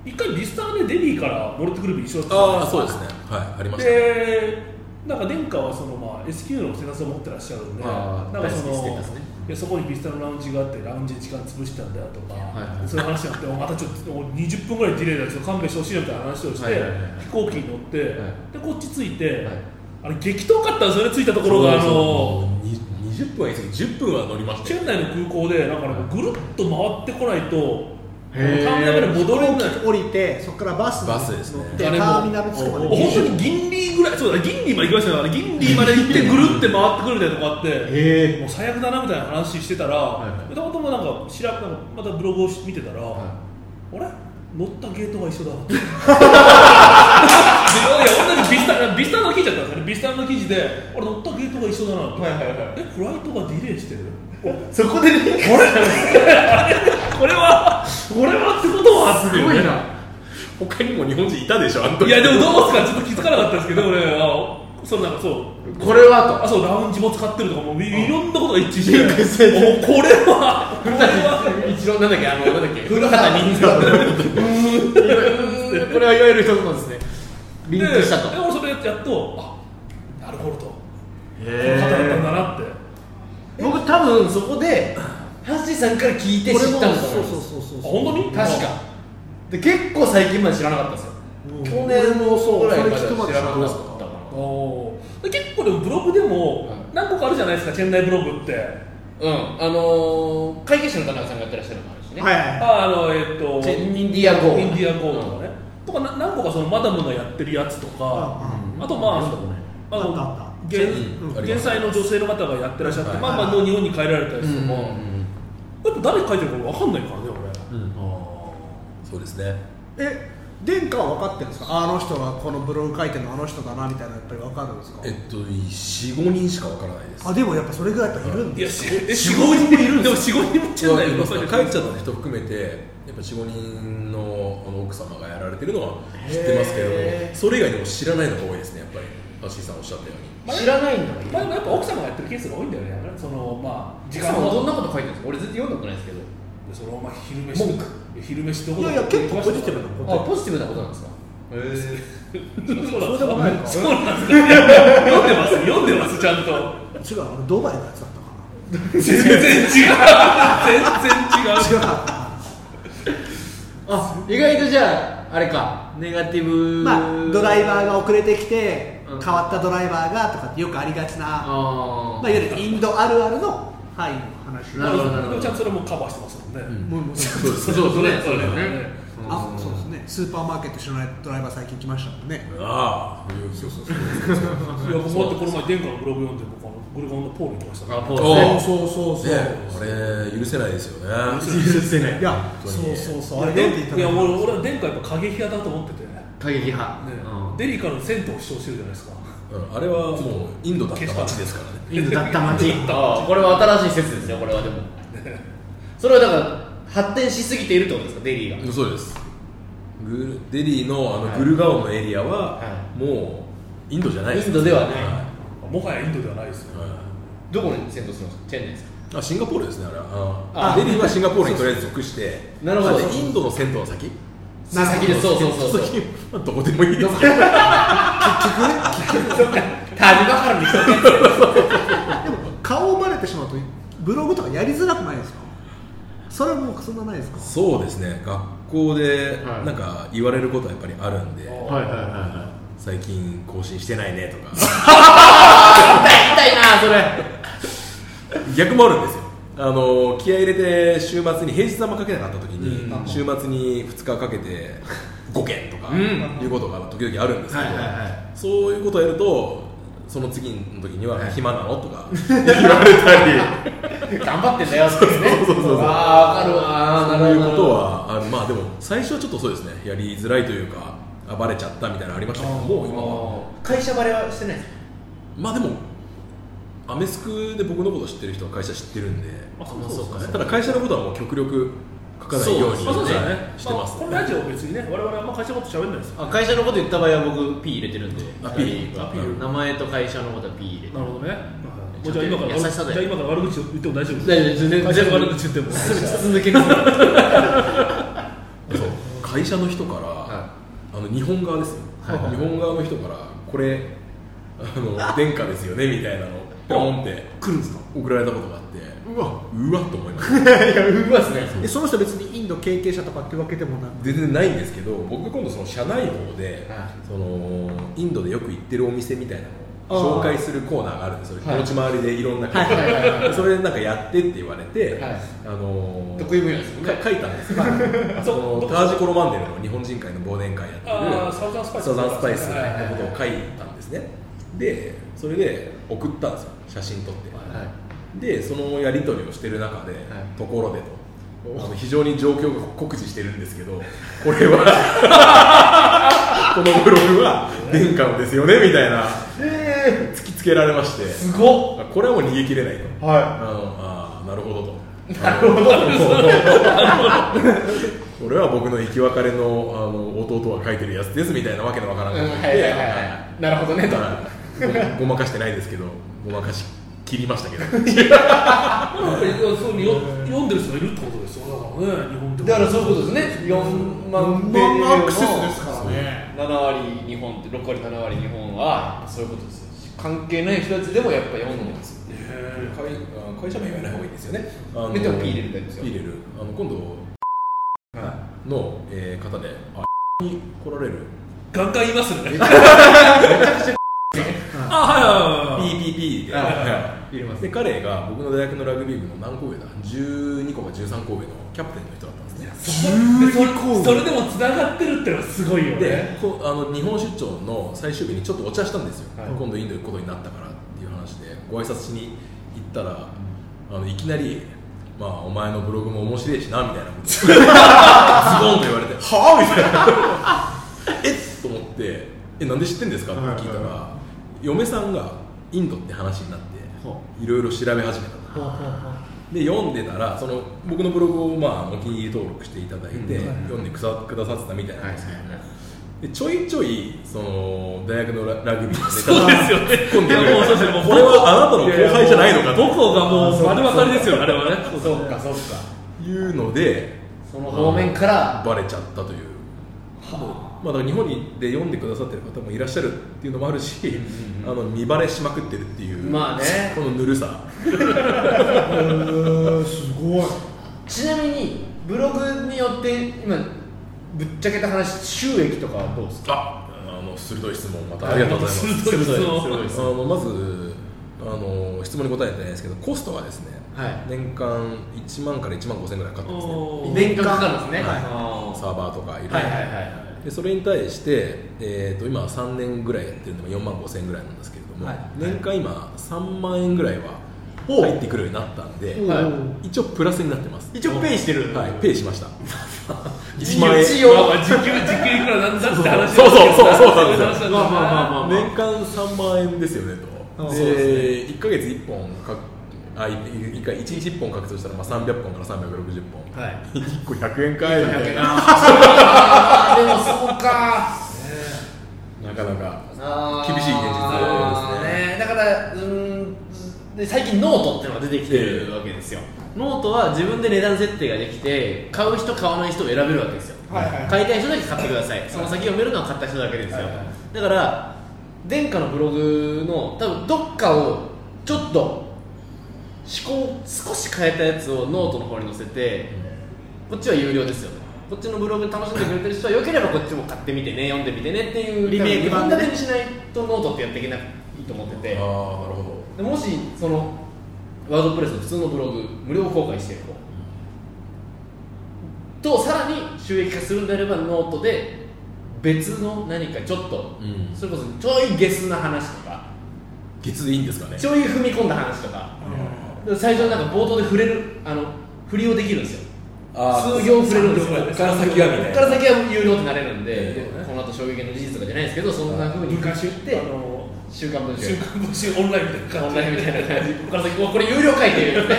Speaker 4: 一回リスターでデビーから戻ってくる日一緒だった
Speaker 1: ああ
Speaker 4: う
Speaker 1: そうですねはいありましたね
Speaker 4: でなんか殿下はその、まあ、SQ のステータスを持ってらっしゃるんで
Speaker 2: あー
Speaker 4: なんかそ
Speaker 2: 大好きステー
Speaker 4: の
Speaker 2: タスね
Speaker 4: いやそこにビスタのラウンジがあってラウンジで時間潰してたんだよとか、
Speaker 2: いはい
Speaker 4: そういう話があっておまたちょっとお20分ぐらいディレイだちょっと勘弁してほしいよみたいな話をして、
Speaker 2: はいはいはいはい
Speaker 4: 飛行機に乗って、でこっち着いて、
Speaker 2: はい
Speaker 4: あれ激闘かったんですよね着いたところがあの
Speaker 1: に20分はいいですけど10分は乗りました
Speaker 4: チ
Speaker 1: よ
Speaker 4: ェン内の空港でなんかねぐるっと回ってこないと
Speaker 2: へー
Speaker 4: ターミナルまで戻れない
Speaker 3: 降りてそこからバスに
Speaker 1: バスですね
Speaker 3: 乗ってタ
Speaker 2: 誰も
Speaker 3: ーミナル地区まで
Speaker 2: おお
Speaker 4: 本当に銀リーぐらいそうだ銀リーまで行きましたよね銀リーまで行ってぐるって回ってくるみたいなとこあって
Speaker 2: へ
Speaker 4: もう最悪だなみたいな話してたら
Speaker 2: いはい
Speaker 4: たまたまなんか知らなんかまたブログを見てたら、あれ乗ったゲートが一緒だ でいや同じビスタビスタの記事だったんですよねビスタの記事で俺乗ったゲートが一緒だなと、
Speaker 2: はいはいは
Speaker 4: えフライトがディレイしてる
Speaker 2: そこでね
Speaker 4: これはこれはってことは
Speaker 2: すごいな
Speaker 1: 他にも日本人いたでしょあの時
Speaker 4: いやでもどうですかちょっと気づかなかったんですけど俺あそうなんかそう
Speaker 2: これは
Speaker 4: あそうラウンジも使ってるとかもういいろんなことが一致して
Speaker 2: 全然
Speaker 4: お
Speaker 2: 全
Speaker 4: これは
Speaker 2: と古舘一郎なんだっけあのなんだっけ古畑任三郎 これはいわゆる一つのですねリンクした
Speaker 4: で
Speaker 2: と
Speaker 4: で俺それやっとあなるほどとこの方だったん
Speaker 2: へ
Speaker 4: だなって
Speaker 2: え僕多分そこでハッシーさんから聞いて知ったんだと
Speaker 3: そう
Speaker 2: 思い
Speaker 3: そう
Speaker 2: ます
Speaker 3: そうそう
Speaker 4: あ本当に
Speaker 2: 確かで結構最近まで知らなかったんですよ
Speaker 3: うん
Speaker 2: 去年のそうぐらいまで知らなかった
Speaker 3: 俺も
Speaker 2: か
Speaker 3: そうそれ聞くまで知らなかっ
Speaker 4: おーで結構でもブログでも
Speaker 2: はい
Speaker 4: 何個かあるじゃないですかチェンナイブログって
Speaker 2: らうんあのー会計士の田中さんがやってらっしゃるのもあるしね
Speaker 3: はいはいはい
Speaker 4: ああのえっ、と
Speaker 2: チェンインディアゴー
Speaker 4: インディアゴーとかね、とかな何個かそのマダムがやってるやつとか
Speaker 3: あ
Speaker 4: あとまあ
Speaker 2: なんだろうね
Speaker 4: あの
Speaker 3: あったあった
Speaker 4: 現
Speaker 1: うんあり
Speaker 4: 現
Speaker 1: ます
Speaker 4: 在の女性の方がやってらっしゃって、
Speaker 1: はい
Speaker 4: まあまあの日本に帰られたやつとか、やっぱ誰書いてるか分かんないからね
Speaker 1: う
Speaker 4: 俺
Speaker 1: んそうですね
Speaker 3: え殿下は分かってるんですかあの人がこのブログ書いてるのあの人だなみたいなのやっぱり分かるんですか
Speaker 1: えっと45人しかわからないです
Speaker 3: あでもやっぱそれぐらいやっぱいるん
Speaker 4: い
Speaker 3: で
Speaker 4: や
Speaker 3: す
Speaker 4: しえ
Speaker 3: ね
Speaker 4: 45人もいるんですでも45人もチェンナイ
Speaker 1: 帰
Speaker 4: の
Speaker 1: っち
Speaker 4: 方
Speaker 1: ゃっ
Speaker 4: に
Speaker 1: た人含めてやっぱ45人のあの奥様がやられてるのは知ってますけど
Speaker 2: へー
Speaker 1: それ以外にも知らないのが多いですねやっぱり橋井さんおっしゃったよう
Speaker 2: うん
Speaker 1: に
Speaker 2: 知らないんだもん
Speaker 4: まあでもやっぱ奥様がやってるケースが多いんだよねそのまあ時
Speaker 2: 時
Speaker 4: 間
Speaker 2: 間
Speaker 4: を
Speaker 2: はどんなこと書いてるんですか俺全然読んだことないですけど
Speaker 4: そのまあ昼飯
Speaker 2: 文句
Speaker 4: いや昼飯どこ
Speaker 3: いやいや結構ポジティブなこ
Speaker 2: あポジティブなことなんですか
Speaker 4: そうなんで
Speaker 3: そう
Speaker 4: すか
Speaker 3: でもないか
Speaker 4: そうなんですか読んでます読んでますちゃんと
Speaker 3: 違うあのドバイのやつだったか
Speaker 4: 全然違う全然違う
Speaker 3: な違うか
Speaker 2: あ意外とじゃああれかネガティブ
Speaker 3: まあドライバーが遅れてきて
Speaker 2: うん
Speaker 3: 変わったドライバーがとかってよくありがちなま
Speaker 2: あ
Speaker 3: あ、いわゆるインドあるあるの範囲の話
Speaker 2: なるほどなるほど
Speaker 4: でもちゃんとそれもカバーしてますもんね、
Speaker 1: う
Speaker 3: も
Speaker 1: ん
Speaker 3: うもう
Speaker 1: そうです
Speaker 4: そうそうねそうね
Speaker 3: あそうですねスーパーマーケット知らないドライバー最近来ましたもんね
Speaker 1: ああそうそうそう
Speaker 4: いや僕もだってこの前殿下のブログ読んで僕あのグルガンのポールに行きましたから
Speaker 2: あポール
Speaker 1: お
Speaker 3: そうそうそう
Speaker 1: ねこれ許せないですよね
Speaker 2: 許せない
Speaker 3: いや
Speaker 1: 本当
Speaker 3: そう
Speaker 1: に
Speaker 3: そうそうあれ
Speaker 4: い
Speaker 3: なん
Speaker 4: や
Speaker 3: て言っ
Speaker 4: い
Speaker 3: たの
Speaker 4: や俺俺は殿下やっぱ過激派だと思ってて、ね
Speaker 2: 過激派、
Speaker 4: デリカの銭湯を主張してるじゃないですか
Speaker 1: うんあれはもうインドだった街ですからね
Speaker 2: うん、インドだった街ああこれは新しい説ですねこれはでもそれはだから発展しすぎているってことですかデリーが
Speaker 1: そうですグルデリーのあのグルガオンのエリアは
Speaker 2: は
Speaker 1: もうインドじゃない
Speaker 2: インドではない
Speaker 4: もはやインドではないですよ、
Speaker 1: は
Speaker 2: どこに先導するんですかチェンナイですか
Speaker 1: いあシンガポールですねあれは
Speaker 2: あ
Speaker 1: あデリーはシンガポールにとりあえず属して
Speaker 2: なるほど
Speaker 1: あでインドの銭湯は先
Speaker 3: なるほど
Speaker 2: 先ですそうそうそうそう
Speaker 1: 先まあどこでもいいです
Speaker 2: そっか旅ばかりにしとけ
Speaker 3: でも顔をバレてしまうとブログとかやりづらくないですかそれはもうそんなないですか
Speaker 1: そうですね学校で
Speaker 2: はい
Speaker 1: なんか言われることはやっぱりあるんで、
Speaker 2: はいはいはいは
Speaker 1: 最近更新してないねと
Speaker 2: い
Speaker 1: か
Speaker 2: 痛い痛いなそれ
Speaker 1: 逆もあるんですよあの気合い入れて週末に平日あんまかけなかった時に、
Speaker 2: うん
Speaker 1: 週末に2日かけて5件とか
Speaker 2: うん
Speaker 1: いうことが時々あるんですけど、
Speaker 2: はいはいはい
Speaker 1: そういうことをやるとその次の時には
Speaker 2: はい
Speaker 1: 暇なのとか言われたり
Speaker 2: 頑張ってんだよっていうね
Speaker 1: そうそうそうそう
Speaker 2: ああわかるわ
Speaker 1: そ
Speaker 2: ー
Speaker 1: う
Speaker 2: な
Speaker 1: いう
Speaker 2: るほど
Speaker 1: ことはあるまあでも最初はちょっとそうですねやりづらいというかあバレちゃったみたいなのありましたけどもう今は
Speaker 2: あー会社バレはしてないですか
Speaker 1: まあでもアメスクで僕のこと知ってる人は会社知ってるんで
Speaker 4: あそうそうそう
Speaker 1: まあただ会社のことはもう極力書かないように
Speaker 4: まあそうですよね
Speaker 1: してます
Speaker 4: あこのラジオは別にね我々あんま会社のこと喋んないですよ
Speaker 2: あ会社のこと言った場合は僕 P 入れてるんで
Speaker 1: あ P
Speaker 2: は
Speaker 1: あ P
Speaker 2: 名前と会社のことは P 入れて
Speaker 4: なるほどね、
Speaker 2: い
Speaker 4: もうじゃあ今から
Speaker 2: 優しさで
Speaker 4: じゃあ今から悪口言っても大丈夫
Speaker 2: 大丈夫全然
Speaker 4: 会社の悪口言っても
Speaker 2: すぐ筒抜けにする
Speaker 1: そう会社の人から、
Speaker 2: は
Speaker 1: あの日本側ですよ、
Speaker 2: はい
Speaker 1: 日本側の人からこれあ の殿下ですよねみたいなのをペロンって
Speaker 3: 来るんですか
Speaker 1: 送られたことがあって
Speaker 3: うわ
Speaker 1: うわっと思いま した
Speaker 2: いやうまっすね
Speaker 3: えその人別にインド経験者とかってわけでもなく
Speaker 1: 全然ないんですけど僕今度その社内法で、
Speaker 2: はい
Speaker 1: そのインドでよく行ってるお店みたいなの
Speaker 3: あー
Speaker 1: を紹介するコーナーがあるんですよ、
Speaker 2: はい
Speaker 1: 持ち回りでいろんな会社
Speaker 2: はいはいはいはい
Speaker 1: それでなんかやってって言われて、
Speaker 2: はい
Speaker 1: あのー
Speaker 2: 得意分野ですよね
Speaker 1: か書いたんですよあ
Speaker 4: そう
Speaker 1: のタージコロマンデルの日本人会の忘年会やって
Speaker 4: あー
Speaker 1: る
Speaker 4: サウザンスパイス
Speaker 1: サザンスパイス
Speaker 4: はいはい
Speaker 1: のことを書いたんですねでそれで送ったんですよ写真撮って、でそのやり取りをしてる中で、ところでとあの非常に状況が酷似してるんで すけどこれは このブログは殿下のですよねみたいな突きつけられまして
Speaker 2: すごっ
Speaker 1: あこれはもう逃げ切れないと
Speaker 2: は
Speaker 1: ああなるほどとなるほど俺は僕の生き別れのあの弟が書いてるやつですみたいなわけのわからんこと言って、
Speaker 2: はいはいはいはいなるほどねと
Speaker 1: はいごごまかしてないですけどごまかし切りましたけど
Speaker 4: いやそうよ読んでる人がいるってことですよだからね日本でも
Speaker 2: だからそういうことですね4万ページ
Speaker 3: アクセスですからね
Speaker 2: 7割日本って6割7割日本はそういうことですよ関係ない人たちでもやっぱ読んでます
Speaker 4: ねえ
Speaker 1: 会あ会社名言わない方がいいですよねあの
Speaker 2: ででも P 入れるタイプですよ
Speaker 1: P 入れるあの今度の、えー方であに来られる
Speaker 4: ガンガン言いますね あはいはいはいはい
Speaker 1: PPP で、
Speaker 2: はい
Speaker 1: はい
Speaker 2: 入れます
Speaker 1: で彼が僕の大学のラグビー部の何校上だ12個か13校上のキャプテンの人だったんですね
Speaker 4: でそれそれでもつながってるってのはすごいよね
Speaker 1: でこあの日本出張の最終日にちょっとお茶したんですよ、
Speaker 2: はい
Speaker 1: 今度インド行くことになったからっていう話でご挨拶しに行ったらあのいきなり「まあお前のブログも面白いしな」みたいな ことズボンと言われて「はあ?」みたいな「 えっ?」と思って「えなんで知ってんですか?」って聞いたら、嫁さんがインドって話になっていろいろ調べ始めたので読んでたらその僕のブログを、まあ、お気に入り登録していただいて、読んでくさくださってたみたいなんですけどね、でちょいちょいその大学のララグビーのネタが突っ込んでく
Speaker 4: いやもうそうです
Speaker 1: る
Speaker 4: よもう
Speaker 1: これはあなたの後輩じゃないのか
Speaker 4: 母校がもう丸分かりですよねあれはね
Speaker 2: そうかそうか
Speaker 1: というので
Speaker 2: その方面から
Speaker 1: バレちゃったという、まあ、だから日本にで読んでくださってる方もいらっしゃるっていうのもあるし、あの見バレしまくってるっていう、
Speaker 2: まあね
Speaker 1: このぬるさ
Speaker 3: すごい
Speaker 2: ちなみにブログによって今ぶっちゃけた話収益とかはどうですか
Speaker 1: ああの鋭い質問またありがとうございます
Speaker 4: 鋭い質問
Speaker 1: あのまずあの質問に答えてないですけどコストがですね、
Speaker 2: はい
Speaker 1: 年間1万から1万5000ぐらいかかってますね
Speaker 4: おー
Speaker 2: 年間かかるんですね、
Speaker 1: はい
Speaker 2: あー
Speaker 1: サーバーとかいろいろ、
Speaker 2: はいはいはいはい
Speaker 1: でそれに対して、えー、と今3年ぐらいやってるのが4万5000円ぐらいなんですけれども、
Speaker 3: はい
Speaker 1: 年間今3万円ぐらいは入ってくるようになったんで、
Speaker 3: お
Speaker 2: はい
Speaker 3: ー
Speaker 1: 一応プラスになってます
Speaker 2: 一応ペイしてる
Speaker 1: はいペイしました
Speaker 2: 一
Speaker 1: 1万円
Speaker 2: 一
Speaker 4: ま
Speaker 2: 応
Speaker 4: あまあ時給時給いくらなんだって話
Speaker 1: そうそうそうそうそう
Speaker 4: 話なんですよ
Speaker 2: まあまあまあまあ
Speaker 1: 年間3万円ですよねと
Speaker 3: あ
Speaker 1: で
Speaker 3: そうで
Speaker 1: 1か月1本かあい一回一日1本書くとしたらまあ300本から360本、
Speaker 2: はい
Speaker 1: 1個100円かえみ たいな
Speaker 2: あーでもそうか
Speaker 1: なかなか
Speaker 2: あー
Speaker 1: 厳しい現実ですね
Speaker 2: ねだからうーんで最近ノートっていうのが出てきてるわけですよ、ノートは自分で値段設定ができて買う人買わない人を選べるわけですよ、
Speaker 3: はいはい
Speaker 2: 買いたい人だけ買ってください、その先読めるのは買った人だけですよ、
Speaker 3: はいはい
Speaker 2: だから殿下のブログの多分どっかをちょっと思考を少し変えたやつをノートの方に載せて、こっちは有料ですよこっちのブログ楽しんでくれてる人はよければこっちも買ってみてね読んでみてねっていう
Speaker 3: リメイク版でね
Speaker 2: 多分日本立てにしないとノートってやっていけないと思ってて
Speaker 1: ああなるほ
Speaker 2: でもしそのワードプレスの普通のブログ無料公開してるととさらに収益化するんであればノートで別の何かちょっと、
Speaker 1: うん
Speaker 2: それこそちょいゲスな話とか
Speaker 1: ど月でいいんですかね
Speaker 2: ちょい踏み込んだ話とか
Speaker 3: う
Speaker 2: で最初なんか冒頭で触れるあの振りをできるんですよ
Speaker 1: あー
Speaker 2: 数行触れるんですよ
Speaker 1: こっから先はみたいな
Speaker 2: こっから先は有料ってなれるんで、
Speaker 1: ええ
Speaker 2: この後衝撃の事実とかじゃないですけどそんなふうに昔言って
Speaker 4: あの
Speaker 2: 週刊文春
Speaker 4: 週刊文春オンラインみたいな感
Speaker 2: オン
Speaker 4: じ
Speaker 2: ラインみたいな感じ、ここから先、うわこれ有料会っていうね、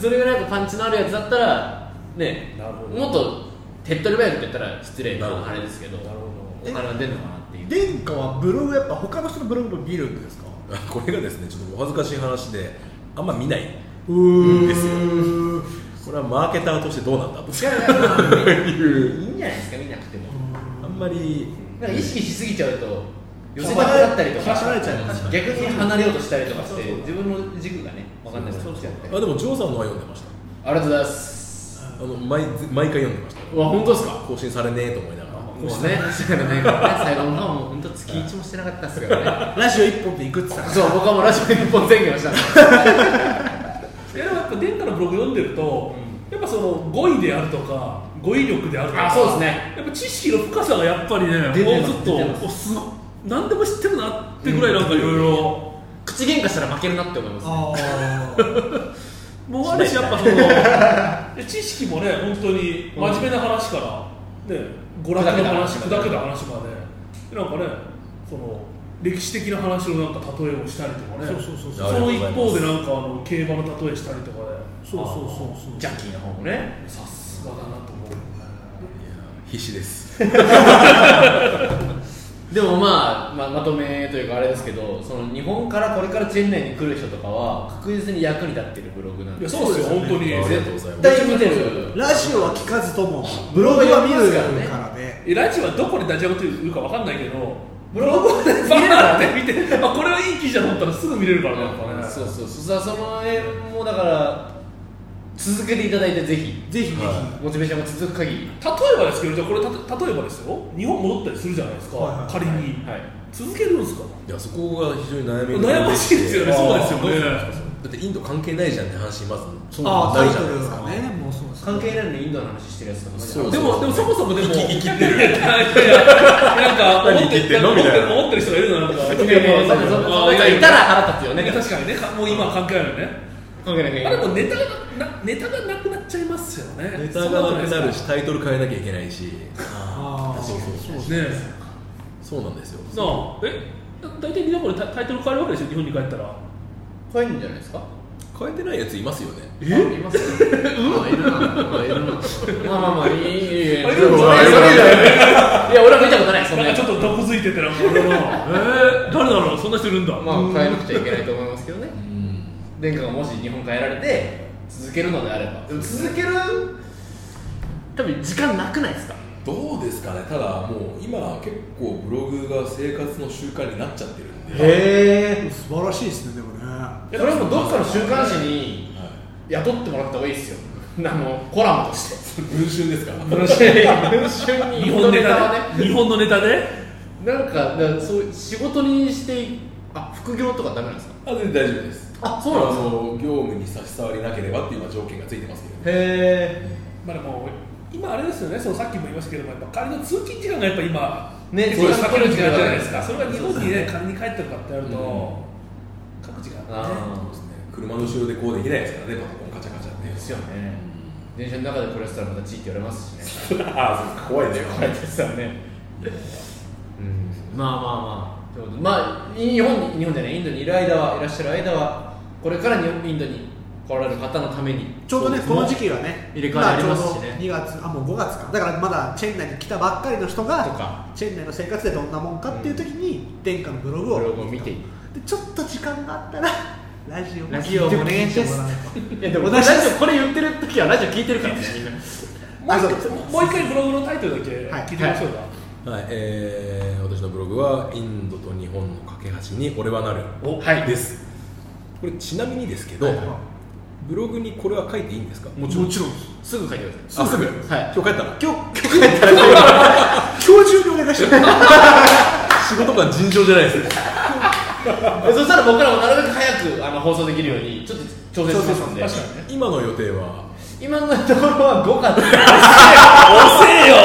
Speaker 2: それぐらいなんかパンチのあるやつだったら、ね、
Speaker 4: なるほど
Speaker 2: もっと手っ取り早くって言ったら失礼
Speaker 1: なるほど
Speaker 2: なあれですけど、
Speaker 4: なるほ
Speaker 2: お
Speaker 4: ど
Speaker 2: 金が出るのかなっていう。
Speaker 5: 殿下はブログやっぱ他の人のブログも見るんですか
Speaker 1: あこれがですねちょっとお恥ずかしい話であんま見ない
Speaker 5: うん
Speaker 1: ですよこれはマーケターとしてどうなんだと
Speaker 2: いやいやまあね
Speaker 1: いう
Speaker 2: いいんじゃないですか、見なくても。
Speaker 1: あんまり
Speaker 2: なんか意識しすぎちゃうと、寄せたくなったりとか、
Speaker 3: 縛られちゃいます
Speaker 2: 逆に離れようとしたりとかして、自分の軸がね、分かんなくなっちゃって。
Speaker 1: あでもジョーさんのは読んでました
Speaker 2: ありがとうございます。
Speaker 1: あの毎毎回読んでました
Speaker 2: うわ、本当ですか
Speaker 1: 更新されねえと思いながら
Speaker 2: もうね、確かにね、最後の方はもう本当月1もしてなかったですからね。
Speaker 3: ラジオ一本でいくって言って
Speaker 2: そう、僕はもうラジオ日本宣言をしたんです。
Speaker 4: いやでもやっぱ殿下のブログ読んでると、やっぱその語彙であるとか語彙力であるとか
Speaker 2: あそうですね
Speaker 4: やっぱ知識の深さがやっぱりねもうち
Speaker 2: 出てます
Speaker 4: ょっ
Speaker 2: 出てます
Speaker 4: とおすご何でも知ってるなってぐらいなんかいろいろ
Speaker 2: 口喧嘩したら負けるなって思います、ね。
Speaker 3: ああ
Speaker 4: もうあるしやっぱ その知識もね本当に真面目な話から、ね、娯楽の話
Speaker 2: 砕けた話
Speaker 4: 砕けた話までなんかねその歴史的な話のなんか例えをしたりとかね
Speaker 3: そうそうそう
Speaker 1: そう
Speaker 4: の一方でなんかあの競馬の例えしたりとかね
Speaker 3: そうそうそうそう
Speaker 2: ジャッキーの方もね。
Speaker 4: さすがだなと思う
Speaker 1: いや必死です
Speaker 2: でもまあ、まあ、まとめというかあれですけど、その日本からこれからチェン内に来る人とかは、確実に役に立ってるブログなん
Speaker 4: い
Speaker 2: で
Speaker 4: や
Speaker 2: す。
Speaker 4: そうですよ本当に
Speaker 1: ありがとうござい
Speaker 2: 絶
Speaker 1: ます
Speaker 2: 対見てる。
Speaker 3: ラジオは聞かずともブログは見るからね
Speaker 4: えラジオはどこにダジャレというかわかんないけど
Speaker 2: ブログはね
Speaker 4: バーって見て あこれはいい記事だと思ったらすぐ見れるからねやっぱね
Speaker 2: そうそうそう。その辺もだから、続けていただいてぜひ。
Speaker 3: ぜひぜひ
Speaker 1: は
Speaker 2: モチベーションも続く限り。
Speaker 4: 例えばですけど、これたと例えばですよ、日本戻ったりするじゃないですか、
Speaker 3: はいはい
Speaker 4: 仮に、
Speaker 2: はい。
Speaker 4: 続けるんですか、
Speaker 1: いやそこが非常に悩み
Speaker 4: 悩ましいですよね、
Speaker 1: あー
Speaker 4: そうですよね、
Speaker 1: だってインド関係ないじゃんって話まず
Speaker 3: ああタイト
Speaker 1: ない
Speaker 3: ル
Speaker 1: です
Speaker 3: がねもうそうです
Speaker 2: 関係ないのにインドの話してるやつとかもいるじゃん
Speaker 1: そう
Speaker 4: でも、でもそもそもでも、
Speaker 1: 生き生きてる
Speaker 4: いやいやなん か、
Speaker 1: 何
Speaker 4: 思って
Speaker 1: 生きてんの
Speaker 4: 思って
Speaker 1: みたいな
Speaker 4: 思ってる人がいるの、なんか、
Speaker 2: いやい やいやそんなそんな人いたら腹立つよね。
Speaker 4: ね、確かにね、かもう今は関係あるよね、
Speaker 2: 関係ない関係
Speaker 4: あ
Speaker 2: ない
Speaker 4: でもネタがなネタがなくなっちゃいますよね、
Speaker 1: ネタがなくなるしタイトル変えなきゃいけないし
Speaker 3: ああ
Speaker 1: そうそうそう
Speaker 4: そうなんですよね
Speaker 1: そうなんですよ
Speaker 4: なあ、えだ大体みんなこれタタイトル変えるわけでしょ、日本に帰ったら。
Speaker 2: 怖いんじゃないですか
Speaker 1: 変えてないやついますよね
Speaker 2: えいますよ、ね、いるな、まあ、いるなまあまあまあいいいいいいいや
Speaker 4: あい
Speaker 2: 俺
Speaker 4: るの
Speaker 2: は見たことないそん
Speaker 4: な
Speaker 2: なん
Speaker 4: かち
Speaker 2: やつ
Speaker 4: ょっと毒づいててなんか俺のえー、誰だろうそんな人いるんだ、
Speaker 2: まあ変えなくちゃいけないと思いますけどね
Speaker 1: うん
Speaker 2: 殿下がもし日本帰られて続けるのであればでも続ける多分時間なくないですか
Speaker 1: どうですかねただもう今結構ブログが生活の習慣になっちゃってるんで
Speaker 2: へえ
Speaker 3: 素晴らしいですねでもねあ
Speaker 2: それもどっかの週刊誌に
Speaker 1: はい
Speaker 2: 雇ってもらった方がいいですよあのコラムとして
Speaker 1: 文春ですか
Speaker 2: 文春に
Speaker 4: 日本ネ
Speaker 2: ネタ
Speaker 4: タ
Speaker 2: は
Speaker 4: で、
Speaker 2: ね
Speaker 4: 日本のネタで
Speaker 2: なんか、だからそう仕事にしていあ副業とかダメなんですか
Speaker 1: あ全然大丈夫です
Speaker 2: あ
Speaker 1: そうあの業務に差し障りなければっていうのは条件がついてますけどね
Speaker 2: へ
Speaker 4: まあでも今あれですよね、そのさっきも言いましたけども、やっぱ仮の通勤時間がやっぱ今、
Speaker 2: ね
Speaker 4: 結構
Speaker 2: そう
Speaker 4: 避ける時間じゃないですか、
Speaker 2: そ
Speaker 4: そうれが日本にね、仮に帰ってるかってやると、各自
Speaker 2: え
Speaker 4: がね、
Speaker 2: あ
Speaker 1: そうですね車の後ろでこうできないですからねパソコンカチャカチャって
Speaker 2: ですよね電車の中でこれしたらまた地域言われますしね
Speaker 1: ああ怖いね怖い
Speaker 2: ですよねまあまあまあということでまあ日本に日本じゃないインドにいる間はいらっしゃる間はこれから日本インドに来られる方のために
Speaker 3: ちょうどねこの時期はね
Speaker 2: 入れ替わりありますしね
Speaker 3: 今ちょうど2月あもう5月かだからまだチェンナイに来たばっかりの人
Speaker 2: と
Speaker 3: が
Speaker 2: か
Speaker 3: チェンナイの生活でどんなもんかっていう時に殿下のブログを
Speaker 2: ブログを見ていく
Speaker 3: でちょっと時間があったらラジオも
Speaker 2: ラジオもね
Speaker 3: 聞いてもらうと
Speaker 2: いやでもラジオこれ言ってる時はラジオ聞いてるからねみんな
Speaker 4: もう一
Speaker 3: あそうです
Speaker 4: 回もう一回ブログのタイトルだけ
Speaker 3: はい
Speaker 4: 聞いてみましょうか、
Speaker 1: はいえー、私のブログは「インドと日本の架け橋に俺はなる
Speaker 2: おはい」
Speaker 1: ですこれちなみにですけど、
Speaker 2: はいは
Speaker 1: ブログにこれは書いていいんですか
Speaker 2: もちろんすぐ書いてください
Speaker 1: あすぐ、
Speaker 2: はい
Speaker 1: 今日帰った
Speaker 2: 今
Speaker 1: ら
Speaker 2: 日今日やったら
Speaker 3: 今 日中にお願いします
Speaker 1: 仕事が尋常じゃないですね
Speaker 2: そしたら僕らもなるべく早くあの放送できるようにちょっと挑戦しますんで
Speaker 4: 確かにね、
Speaker 1: 今の予定は
Speaker 2: 今のところは5月遅えよ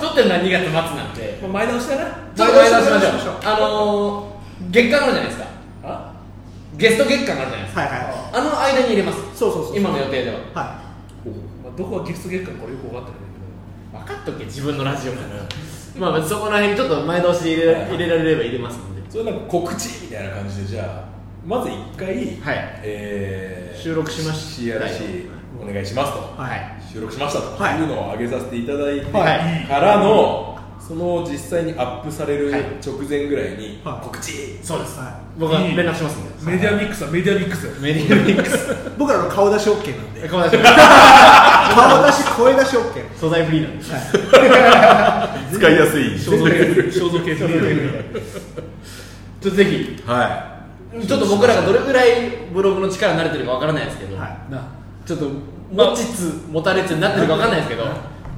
Speaker 2: 撮ってるのは2月末なんで
Speaker 4: まあ、前倒しだな、
Speaker 2: ちょっと前倒しましょうあのー、月間あるじゃないですか
Speaker 4: あ
Speaker 2: ゲスト月間があるじゃないですか
Speaker 3: はいは
Speaker 2: あの間に入れます
Speaker 3: そうそうそう
Speaker 2: 今の予定では
Speaker 3: いは
Speaker 4: まあ、どこがギフト月間か、これよく分かってないけど。
Speaker 2: 分かっとけ自分のラジオまあそこら辺ちょっと前倒しで入れ入れられれば入れますんで
Speaker 1: それなんか告知みたいな感じでじゃあまず1回、
Speaker 2: はい
Speaker 1: えー
Speaker 2: 収録しまし
Speaker 1: CRC お願いしますと、
Speaker 2: はい
Speaker 1: 収録しましたと
Speaker 3: はい
Speaker 1: いうのを上げさせていただいて
Speaker 2: はい
Speaker 1: からの、その実際にアップされる
Speaker 2: はい
Speaker 1: 直前ぐらいに
Speaker 3: はい
Speaker 1: 告知
Speaker 2: そうです
Speaker 3: い、は
Speaker 2: 僕は連絡しますんで
Speaker 4: メディアミックスはメディアミックス
Speaker 2: メディアミックス
Speaker 3: い、僕らの顔出し OK なんで
Speaker 2: 顔出します
Speaker 3: 顔出し声出し OK
Speaker 2: 素材フリーなんで
Speaker 1: 使いやすい
Speaker 4: 肖像系肖像系フリー
Speaker 2: ちょっとぜひ
Speaker 1: は
Speaker 2: ちょっと僕らがどれぐらいブログの力に慣れてるかわからないですけど、
Speaker 3: は
Speaker 4: な
Speaker 2: ちょっと持ちつ持たれつになってるかわからないですけど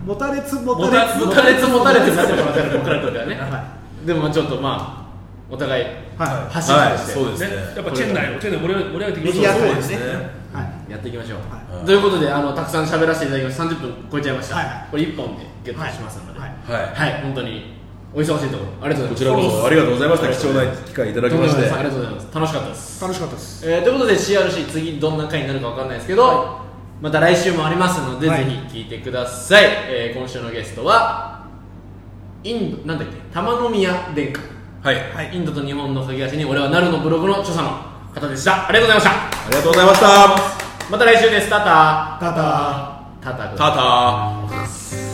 Speaker 3: 持たれつ
Speaker 2: 持
Speaker 3: 持たれ
Speaker 2: た
Speaker 3: つ
Speaker 2: 持たれつ持たれつになってるかわからない僕らにとってはね、
Speaker 3: は
Speaker 2: でもまあちょっとまあお互い
Speaker 3: は
Speaker 1: はい
Speaker 2: 発信者として、
Speaker 1: そうです
Speaker 4: ね
Speaker 1: ね
Speaker 4: やっぱチェン内をチェン内を盛り上げ盛り上げて
Speaker 3: い
Speaker 4: いきまし
Speaker 3: メ
Speaker 4: ょう
Speaker 3: ディア界
Speaker 1: で
Speaker 3: ですす
Speaker 1: ね
Speaker 3: ねはい
Speaker 2: やっていきましょう、
Speaker 3: はい
Speaker 2: ということであのたくさん喋らせていただきました30分超えちゃいました、
Speaker 3: はい
Speaker 2: これ1本でゲットしますのでは
Speaker 3: はいい、
Speaker 1: は
Speaker 2: 本当にお忙しいところありがとうご
Speaker 1: いこち
Speaker 2: ざいま
Speaker 1: らこ
Speaker 2: す
Speaker 1: そありがとうございました貴重な機会いただきまし
Speaker 2: とん
Speaker 1: て
Speaker 2: でもないですありがとうございます楽しかったです
Speaker 3: 楽しかったです
Speaker 2: えーということで CRC 次どんな回になるかわかんないですけど、また来週もありますので、
Speaker 3: はい
Speaker 2: ぜひ聞いてください、えー今週のゲストはインドなんだっけ玉宮殿下、
Speaker 1: はい
Speaker 2: インドと日本の鍵足に俺はなるのブログの著者の方でしたありがとうございまし
Speaker 1: ありがとうございました
Speaker 2: たまた来週ですタタ
Speaker 3: ただ
Speaker 2: タタ
Speaker 1: タタ
Speaker 2: タ